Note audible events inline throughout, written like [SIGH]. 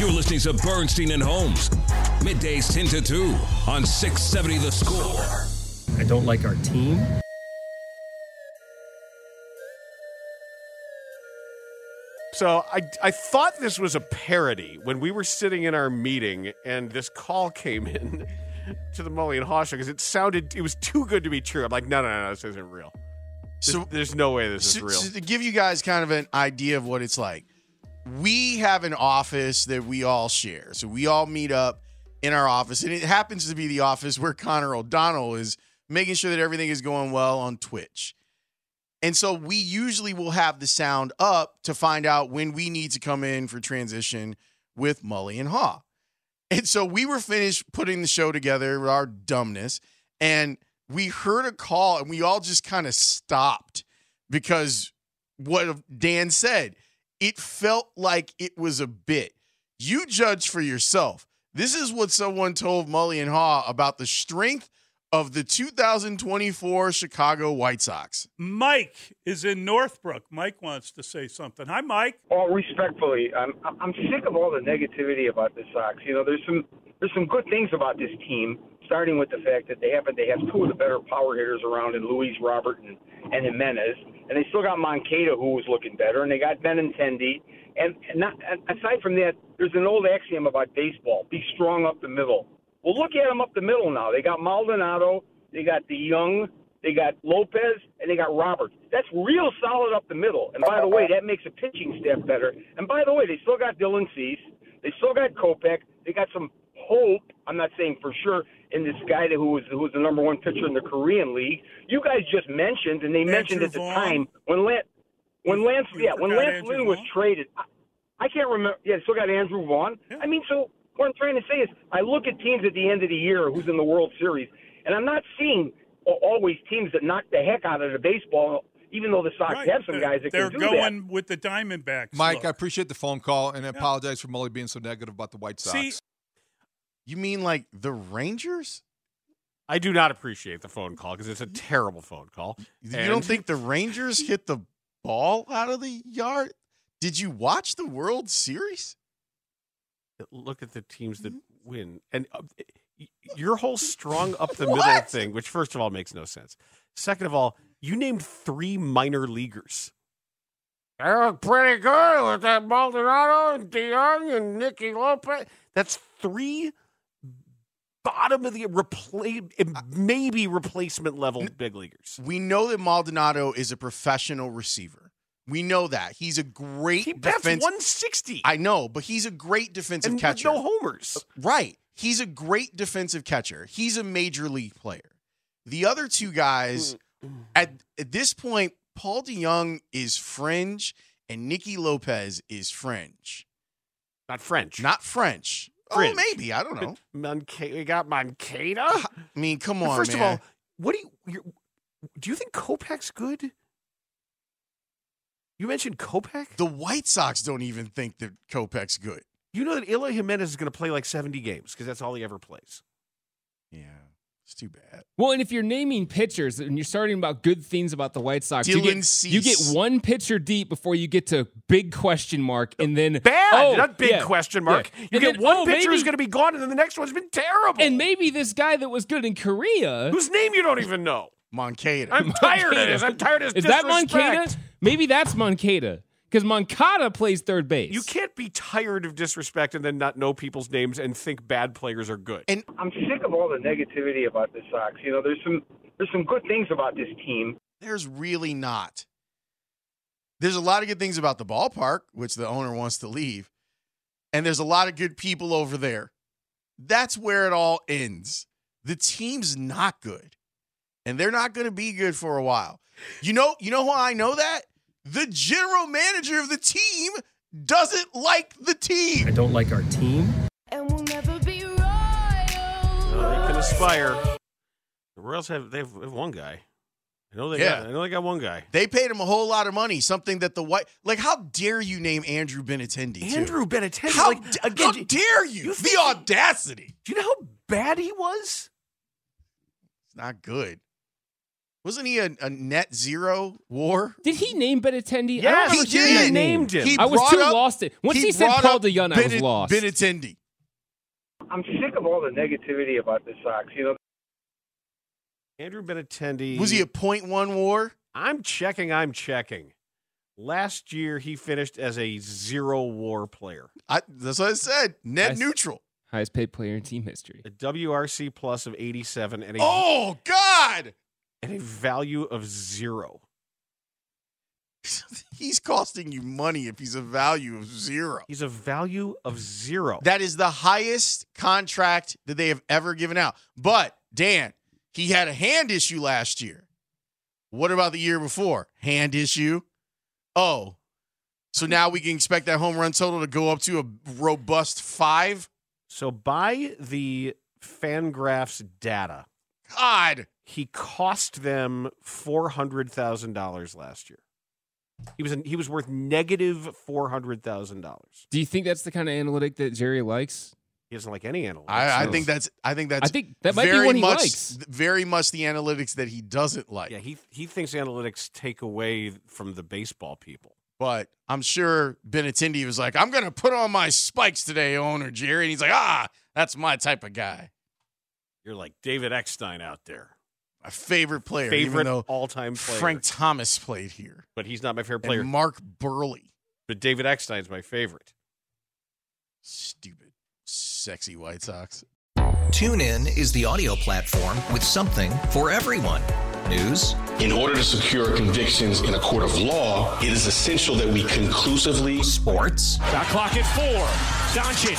You're listening to Bernstein and Holmes, middays 10 to 2 on 670 The Score. I don't like our team. So I, I thought this was a parody when we were sitting in our meeting and this call came in to the Mully and Haw show because it sounded it was too good to be true. I'm like, no, no, no, this isn't real. This, so there's no way this so, is real. So to give you guys kind of an idea of what it's like, we have an office that we all share. So we all meet up in our office, and it happens to be the office where Connor O'Donnell is making sure that everything is going well on Twitch. And so we usually will have the sound up to find out when we need to come in for transition with Mully and Haw. And so we were finished putting the show together with our dumbness, and we heard a call, and we all just kind of stopped because what Dan said, it felt like it was a bit. You judge for yourself. This is what someone told Mully and Haw about the strength of the 2024 Chicago White Sox. Mike is in Northbrook. Mike wants to say something. Hi, Mike. All oh, respectfully, I'm I'm sick of all the negativity about the Sox. You know, there's some there's some good things about this team, starting with the fact that they happen they have two of the better power hitters around in Luis Robert and, and Jimenez, and they still got Moncada who was looking better, and they got Benintendi. And, and, not, and aside from that, there's an old axiom about baseball: be strong up the middle. Well, look at them up the middle now. They got Maldonado, they got the Young, they got Lopez, and they got Roberts. That's real solid up the middle. And by the way, that makes a pitching staff better. And by the way, they still got Dylan Cease, they still got Kopech, they got some hope. I'm not saying for sure in this guy who was who was the number one pitcher in the Korean League. You guys just mentioned, and they mentioned Andrew at the Vaughn. time when Lance when Lance we yeah when Lance Andrew Lynn was Vaughn. traded. I, I, can't remember. Yeah, still got Andrew Vaughn. Yeah. I mean, so what I'm trying to say is, I look at teams at the end of the year who's in the World Series, and I'm not seeing always teams that knock the heck out of the baseball. Even though the Sox right. have some guys that they're can do going that. with the Diamondbacks. Mike, look. I appreciate the phone call and I yeah. apologize for Mully being so negative about the White Sox. See, you mean like the Rangers? I do not appreciate the phone call because it's a terrible phone call. You and- don't think the Rangers hit the ball out of the yard? Did you watch the World Series? look at the teams that Mm-hmm. win and uh, your [LAUGHS] whole strong up the middle thing which first of all makes no sense second of all you named three minor leaguers they look pretty good with that Maldonado and DeYoung and Nicky Lopez. That's three bottom of the replace, maybe replacement level big leaguers. We know that Maldonado is a professional receiver. We know that he's a great he bats defense. 160. I know, but he's a great defensive and catcher. no homers. Right. He's a great defensive catcher. He's a major league player. The other two guys at, at this point, Paul DeYoung is fringe and Nicky Lopez is fringe. Not French. Not French. Fringe. Oh, maybe I don't know. Monca- we got Moncada. I mean, come on. First man. of all, what do you do? You think Kopech's good? You mentioned Kopech? The White Sox don't even think that Kopech's good. You know that Ilya Jimenez is going to play like 70 games because that's all he ever plays. Yeah, it's too bad. Well, and if you're naming pitchers and you're starting about good things about the White Sox, Dylan you get, Cease. you get one pitcher deep before you get to big question mark and then bad, oh, not big yeah, question mark. yeah. You And get then, one oh, pitcher who's maybe- going to be gone and then the next one's been terrible. And maybe this guy that was good in Korea whose name you don't even [LAUGHS] know. Moncada. I'm tired of this. I'm tired of this Is that disrespect. Moncada? Maybe that's Moncada. because Moncada plays third base. You can't be tired of disrespect and then not know people's names and think bad players are good. And I'm sick of all the negativity about the Sox. You know, there's some there's some good things about this team. There's really not. There's a lot of good things about the ballpark, which the owner wants to leave, and there's a lot of good people over there. That's where it all ends. The team's not good, and they're not going to be good for a while. You know, you know why I know that? The general manager of the team doesn't like the team. I don't like our team. And we'll never be royal. Well, they can aspire. The Royals have they have they have one guy. I know they Yeah. got I know they got one guy. They paid him a whole lot of money, something that the white like how dare you name Andrew Benatendi? too? Andrew Benatendi. How, like, d- how dare you? you the audacity. Do you know how bad he was? It's not good. Wasn't he a, a net zero war? Did he name Benatendi? I Yes, don't remember he hearing that name. did. Named him. He I was brought too up- lost. It once he, said brought Paul up DeYoung, I was Benet- lost. Benatendi. I'm sick of all the negativity about the Sox. You know, Andrew Benatendi. Was he a point one war? I'm checking, I'm checking. Last year he finished as a zero war player. I, that's what I said. Net I s- neutral. Highest paid player in team history. A WRC plus of 87 and a Oh God! and a value of zero. He's costing you money if he's a value of zero. He's a value of zero. That is the highest contract that they have ever given out. But Dan, he had a hand issue last year. What about the year before? Hand issue. Oh, so now we can expect that home run total to go up to a robust five. So by the Fangraphs data, God, he cost them four hundred thousand dollars last year. He was he was worth negative four hundred thousand dollars. Do you think that's the kind of analytic that Jerry likes? He doesn't like any analytics. I, I so- think that's. I think that's. I think that might be very one he much, likes. Very much the analytics that he doesn't like. yeah. He he thinks analytics take away from the baseball people. But I'm sure Benatendi was like, I'm going to put on my spikes today, owner Jerry. And he's like, ah, that's my type of guy. You're like David Eckstein out there, My favorite player. even favorite though all time player. Frank Thomas played here. but he's not my favorite and player. Mark Burley. but David Eckstein's my favorite. Stupid, sexy White Sox. TuneIn is the audio platform with something for everyone. News, In order to secure convictions in a court of law, it is essential that we conclusively. sports, Shot clock at four. Doncic.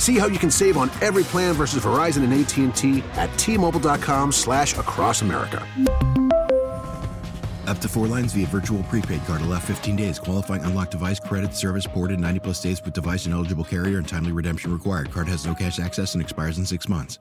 See how you can save on every plan versus Verizon and AT&T at T-Mobile.com slash across America. Up to four lines via virtual prepaid card. Allow 15 days. Qualifying unlocked device credit service ported 90 plus days with device and eligible carrier and timely redemption required. Card has no cash access and expires in six months.